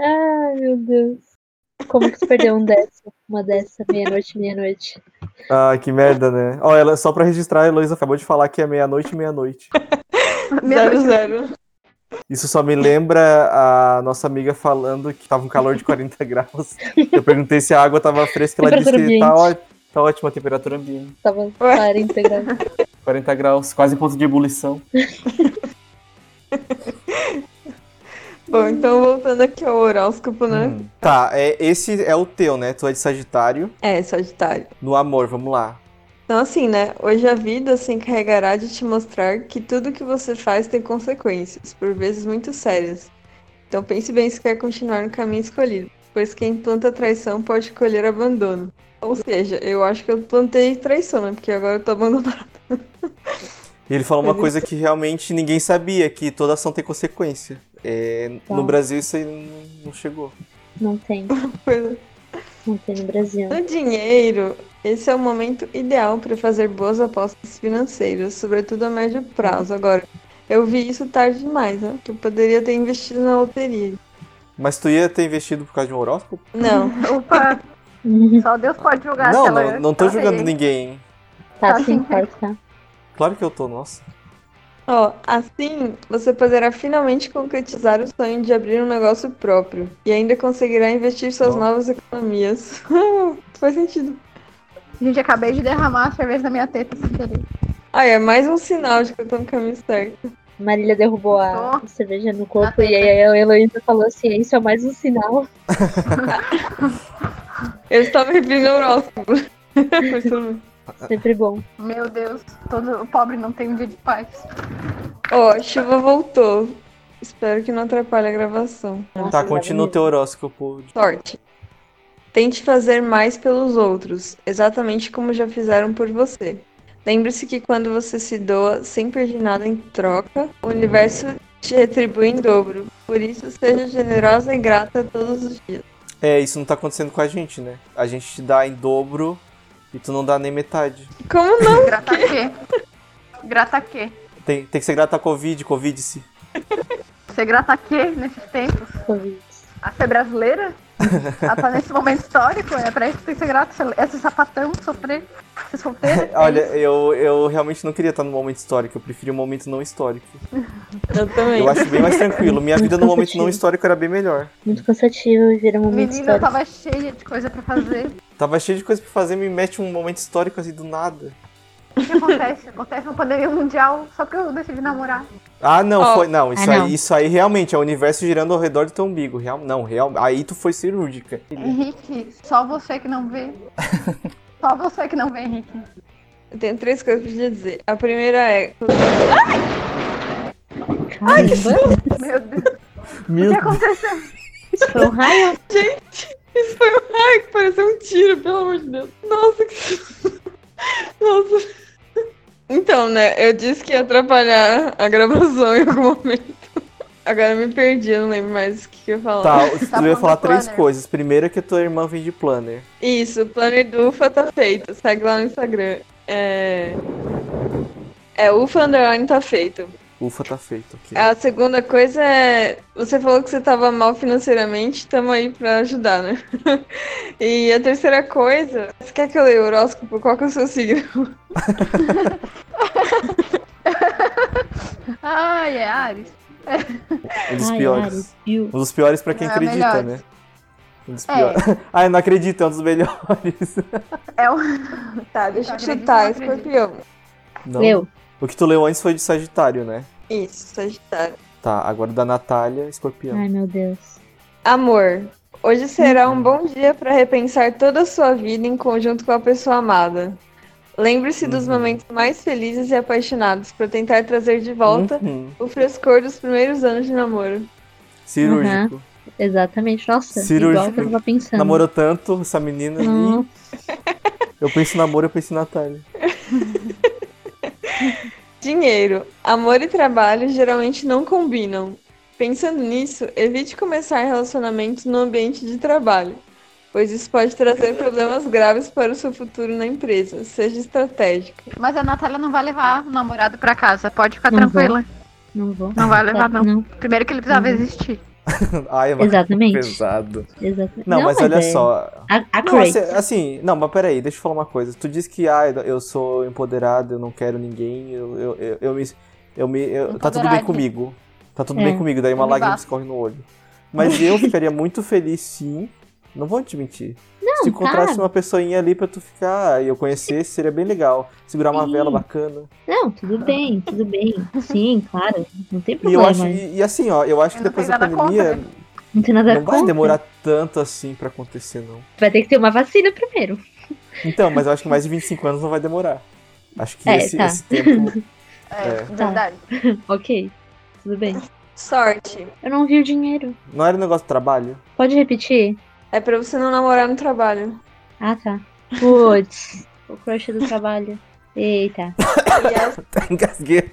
Ai, meu Deus. Como que tu perdeu um dessa? Uma dessa, meia-noite, meia-noite. Ah, que merda, né? Ó, ela, só pra registrar, a Heloísa acabou de falar que é meia-noite, meia-noite. Zero, zero. Isso só me lembra a nossa amiga falando que tava um calor de 40 graus. Eu perguntei se a água tava fresca, ela disse Temperatura que tá, ambiente. ó- tá ótima a temperatura ambiente. Tava 40 graus. 40 graus, quase em ponto de ebulição. Bom, então voltando aqui ao horóscopo, né? Hum. Tá, é, esse é o teu, né? Tu é de Sagitário. É, Sagitário. No amor, vamos lá. Então, assim, né? Hoje a vida se encarregará de te mostrar que tudo que você faz tem consequências, por vezes muito sérias. Então, pense bem se quer continuar no caminho escolhido, pois quem planta traição pode colher abandono. Ou seja, eu acho que eu plantei traição, né? Porque agora eu tô abandonada. E ele falou uma Uhum. Ele coisa que realmente ninguém sabia, que toda ação tem consequência. É, Tá. no Brasil isso aí não- não chegou. Não tem, não tem no Brasil. No dinheiro, esse é o momento ideal para fazer boas apostas financeiras, sobretudo a médio prazo. Agora, eu vi isso tarde demais, né? Que eu poderia ter investido na loteria. Mas tu ia ter investido por causa de um horóscopo? Não, Opa, Uhum. só Deus pode julgar não, se ela- não, não tô ela julgando tem. ninguém. Tá Tá sim, sim. claro que tá. Claro que eu tô, nossa. Ó, assim você poderá finalmente concretizar o sonho de abrir um negócio próprio e ainda conseguirá investir suas Ó. novas economias. Faz sentido. Gente, acabei de derramar a cerveja na minha teta sem querer. Ah, é mais um sinal de que eu tô no caminho certo. Marília derrubou a Ó. cerveja Tá no corpo assim. e aí a Heloísa falou assim: isso é mais um sinal. Eu estava referindo ao horóscopo. Mas tudo bem. Sempre bom. Meu Deus, todo pobre não tem um dia de paz. Ó, a chuva voltou. Espero que não atrapalhe a gravação. tá, continua o teu horóscopo. Sorte. Tente fazer mais pelos outros, exatamente como já fizeram por você. Lembre-se que quando você se doa sem pedir nada em troca, o universo te retribui em dobro. Por isso, seja generosa e grata todos os dias. É, isso não tá acontecendo com a gente, né? A gente te dá em dobro e tu não dá nem metade. Como não? Grata quê? Grata quê? Tem, tem que ser grato à Covid, Covid-se. Você grata quê nesses tempos? Covid. A ser brasileira? Ah, tá nesse momento histórico, é pra isso que tem que ser grata. esse- Esse sapatão, sofrer, ser solteira. é Olha, isso. eu, eu realmente não queria estar num momento histórico, eu preferi um momento não histórico. Eu também. Eu acho bem mais tranquilo. Minha vida num momento não histórico era bem melhor. Muito cansativo e vira um momento menina, eu histórico. tava cheia de coisa pra fazer. O Tava cheio de coisa pra fazer, me mete um momento histórico assim do nada. que acontece? Acontece uma pandemia mundial só porque eu decidi namorar. Ah, não, Ó. foi. Não, isso, Ah, não. Aí, isso aí realmente é o universo girando ao redor do teu umbigo. Real, não, real. Aí tu foi cirúrgica. Henrique, só você que não vê. Só você que não vê, Henrique. Eu tenho três coisas pra te dizer. A primeira é. Caramba, Meu Deus, o Meu que aconteceu? isso foi um raio. Isso foi um raio que pareceu um tiro, pelo amor de Deus. Nossa, que. Nossa. Então, né? Eu disse que ia atrapalhar a gravação em algum momento. Agora eu me perdi, eu não lembro mais o que que eu ia falar. Tá, Tá tu ia falando falar do três planner. coisas. Primeiro é que a tua irmã vem de planner. Isso, o planner do UFA tá feito. Segue lá no Instagram. É. É, UFA Underline tá feito. Ufa, tá feito. ok. A segunda coisa é. Você falou que você tava mal financeiramente, tamo aí pra ajudar, né? E a terceira coisa. Você quer que eu leia o horóscopo? Qual que é o seu signo? Ai, é Ares. Um dos Ai, piores. Ari, viu? Um dos piores pra quem É, acredita, melhores. né? Um dos É. piores. Ai, não acredito, é um dos melhores. É o... Tá, deixa eu Acredito, chutar, não acredito. escorpião. Não. Eu. O que tu leu antes foi de Sagitário, né? Isso, Sagitário. Tá, agora o da Natália, escorpião. Ai, meu Deus. Amor, hoje será um bom dia para repensar toda a sua vida em conjunto com a pessoa amada. Lembre-se dos Uhum. momentos mais felizes e apaixonados para tentar trazer de volta Uhum. o frescor dos primeiros anos de namoro. Cirúrgico. Uhum. Exatamente. Nossa, Cirúrgico. igual que eu tava pensando. Namorou tanto essa menina. Ih, Nossa, Eu penso em namoro, eu penso em Natália. Dinheiro, amor e trabalho geralmente não combinam. Pensando nisso, evite começar relacionamentos no ambiente de trabalho, pois isso pode trazer problemas graves para o seu futuro na empresa. Seja estratégico. Mas a Natália não vai levar o namorado pra casa, pode ficar Não tranquila. não vou. Tá, Não vai levar, não. Não, Primeiro que ele precisava Uhum. existir. Ai, mano, Exatamente. pesado. Exatamente. Não, mas, olha é. só. A, a Não, Craig. assim, assim, não, mas peraí, deixa eu falar uma coisa. Tu disse que ah, eu sou empoderado, eu não quero ninguém, eu, eu, eu, eu me. Eu me eu- tá tudo bem Empoderado. comigo. Tá tudo É. bem comigo, daí uma Eu me lágrima basto. escorre no olho. Mas eu ficaria muito feliz sim. Não vou te mentir. Se tá. encontrasse uma pessoinha ali pra tu ficar e eu conhecesse, seria bem legal. Segurar uma Sim. vela bacana. Não, tudo bem, tudo bem. Sim, claro. Não tem E eu problema. acho. E, e assim, ó, eu acho Eu que não depois da tenho nada pandemia contra, né? Não tem nada não vai é contra. demorar tanto assim pra acontecer, não. Vai ter que ter uma vacina primeiro. Então, mas eu acho que mais de 25 anos não vai demorar. Acho que É, esse, tá. esse tempo. É, É. verdade. Ok. Tudo bem. Sorte. Eu não vi o dinheiro. Não era um negócio de trabalho? Pode repetir? É pra você não namorar no trabalho. Ah, tá. Putz. o crush do trabalho. Eita. E a, Engasguei.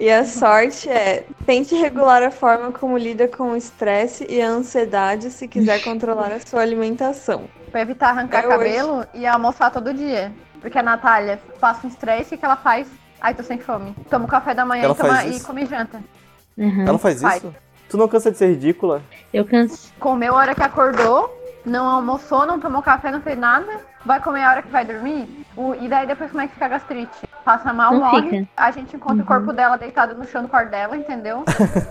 e a sorte é tente regular a forma como lida com o estresse e a ansiedade se quiser controlar a sua alimentação. Pra evitar arrancar É hoje. cabelo e almoçar todo dia. Porque a Natália passa um estresse e o que ela faz? Ai, tô sem fome. Toma o café da manhã Ela e, toma, faz e isso? come janta. Aham. Ela faz Vai. isso? Tu não cansa de ser ridícula? Eu canso. Comeu a hora que acordou, não almoçou, não tomou café, não fez nada. Vai comer a hora que vai dormir. O- e daí depois como é que fica a gastrite? Passa mal, Não morre. fica. A gente encontra Uhum. o corpo dela deitado no chão do quarto dela, entendeu?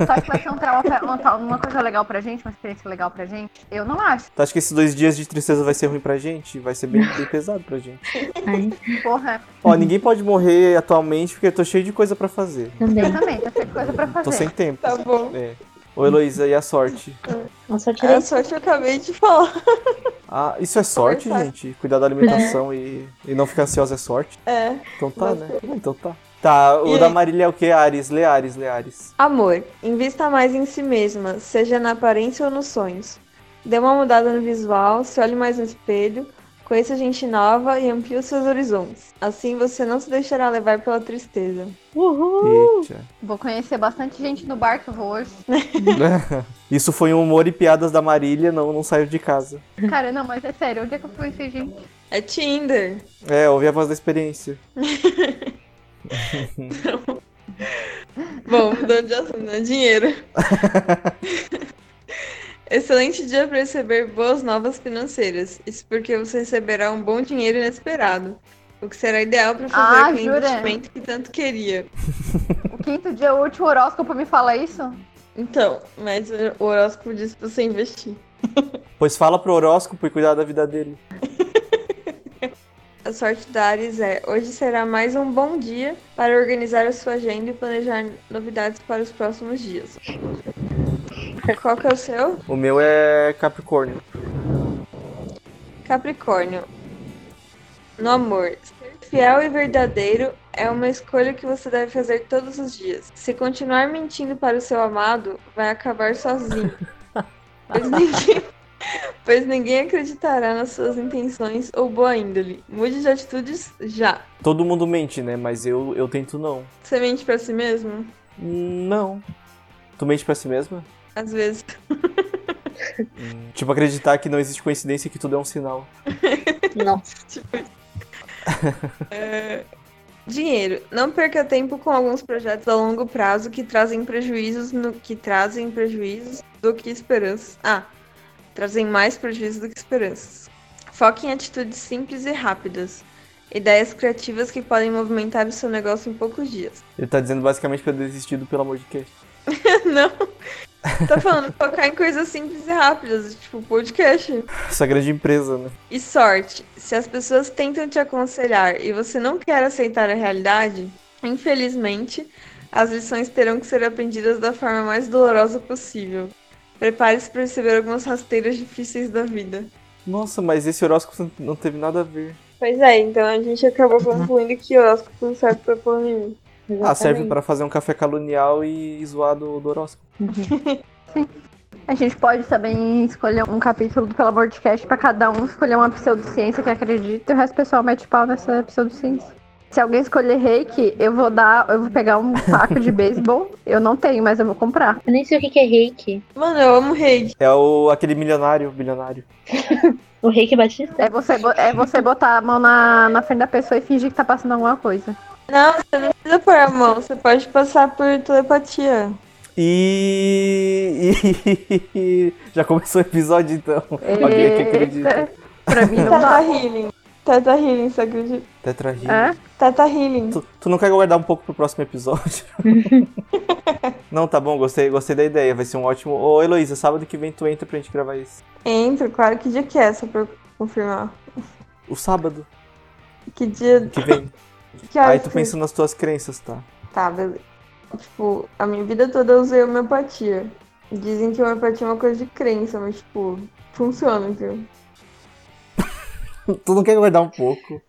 Só que vai ser um trauma, uma, uma coisa legal pra gente, uma experiência legal pra gente. Eu não acho. Tu acha que esses dois dias de tristeza vai ser ruim pra gente? Vai ser bem, bem pesado pra gente. Ai, Porra, é Ó, ninguém pode morrer atualmente porque eu tô cheio de coisa pra fazer. também. eu também. Eu sei que coisa pra fazer. Tô sem tempo. Tá bom. É. Ô, Heloísa, e a sorte? Eu só tirei. A sorte eu acabei de falar. Ah, isso é sorte, Conversar. gente? Cuidar da alimentação e, e não ficar ansiosa é sorte? É. Então tá, né? Ah, Então tá. Tá, o E da aí? Marília é o quê? Ares, lê Ares, lê Ares. Amor, invista mais em si mesma, seja na aparência ou nos sonhos. Dê uma mudada no visual, se olhe mais no espelho, conheça gente nova e amplie os seus horizontes. Assim você não se deixará levar pela tristeza. Uhul. Uh! Eita. Vou conhecer bastante gente no bar que eu vou hoje. Isso foi um humor e piadas da Marília, não, não saiu de casa. Cara, não, mas é sério, onde é que eu conheci gente? É Tinder! É, ouvi a voz da experiência. Bom, mudando de assunto, né? Dinheiro. Excelente dia para receber boas novas financeiras. Isso porque você receberá um bom dinheiro inesperado, o que será ideal para fazer Ah, aquele jura? investimento que tanto queria. O quinto dia útil, o horóscopo me fala isso? Então, mas o horóscopo disse pra você investir. Pois fala pro horóscopo e cuidar da vida dele. A sorte da Ares é: hoje será mais um bom dia para organizar a sua agenda e planejar novidades para os próximos dias. Qual que é o seu? O meu é Capricórnio. Capricórnio. No amor, ser fiel e verdadeiro é uma escolha que você deve fazer todos os dias. Se continuar mentindo para o seu amado, vai acabar sozinho. Pois ninguém, pois ninguém acreditará nas suas intenções ou boa índole. Mude de atitudes já. Todo mundo mente, né? Mas eu, eu tento não. Você mente pra si mesmo? Não. Tu mente pra si mesma? Às vezes. Tipo, acreditar que não existe coincidência e que tudo é um sinal. Nossa. Dinheiro. Não perca tempo com alguns projetos a longo prazo que trazem prejuízos no que trazem prejuízos do que esperanças. Ah, trazem mais prejuízos do que esperanças. Foque em atitudes simples e rápidas. Ideias criativas que podem movimentar o seu negócio em poucos dias. Ele tá dizendo basicamente pra eu desistir do Pelo Amor de Quê. Não. Tô falando focar em coisas simples e rápidas, tipo podcast. Essa grande empresa, né? E sorte, se as pessoas tentam te aconselhar e você não quer aceitar a realidade, infelizmente, as lições terão que ser aprendidas da forma mais dolorosa possível. Prepare-se para receber algumas rasteiras difíceis da vida. Nossa, mas esse horóscopo não teve nada a ver. Pois é, então a gente acabou concluindo que o horóscopo não serve pra porra nenhuma. Ah, serve pra fazer um café calunial e zoar do, do horóscopo. A gente pode também escolher um capítulo do Pelo Amor de Cast pra cada um escolher uma pseudociência que acredita e o resto do pessoal mete pau nessa pseudociência. Se alguém escolher reiki, eu vou dar, eu vou pegar um saco de beisebol. Eu não tenho, mas eu vou comprar. Eu nem sei o que que é reiki. Mano, eu amo reiki. É o, aquele milionário, bilionário. O reiki batista? É você, bo- é você botar a mão na, na frente da pessoa e fingir que tá passando alguma coisa. Não, você não precisa pôr a mão, você pode passar por telepatia. E. e- Já começou o episódio então. Alguém aqui acredita. Eita, É, Pra mim não Teta dá. Healing. Teta Healing, você acredita? Tetra Healing. Hã? Teta Healing. Tu, tu não quer guardar um pouco pro próximo episódio? não, tá bom, gostei, gostei da ideia. Vai ser um ótimo. Ô, Heloísa, sábado que vem tu entra pra gente gravar isso. Entro, claro. Que dia que é, só pra eu confirmar. O sábado Que dia... que vem. Que Aí horas tu que- pensa nas tuas crenças, tá? Tá, beleza. Tipo, a minha vida toda eu usei homeopatia. Dizem que homeopatia é uma coisa de crença, mas, tipo, funciona, viu? Tu não quer guardar um pouco?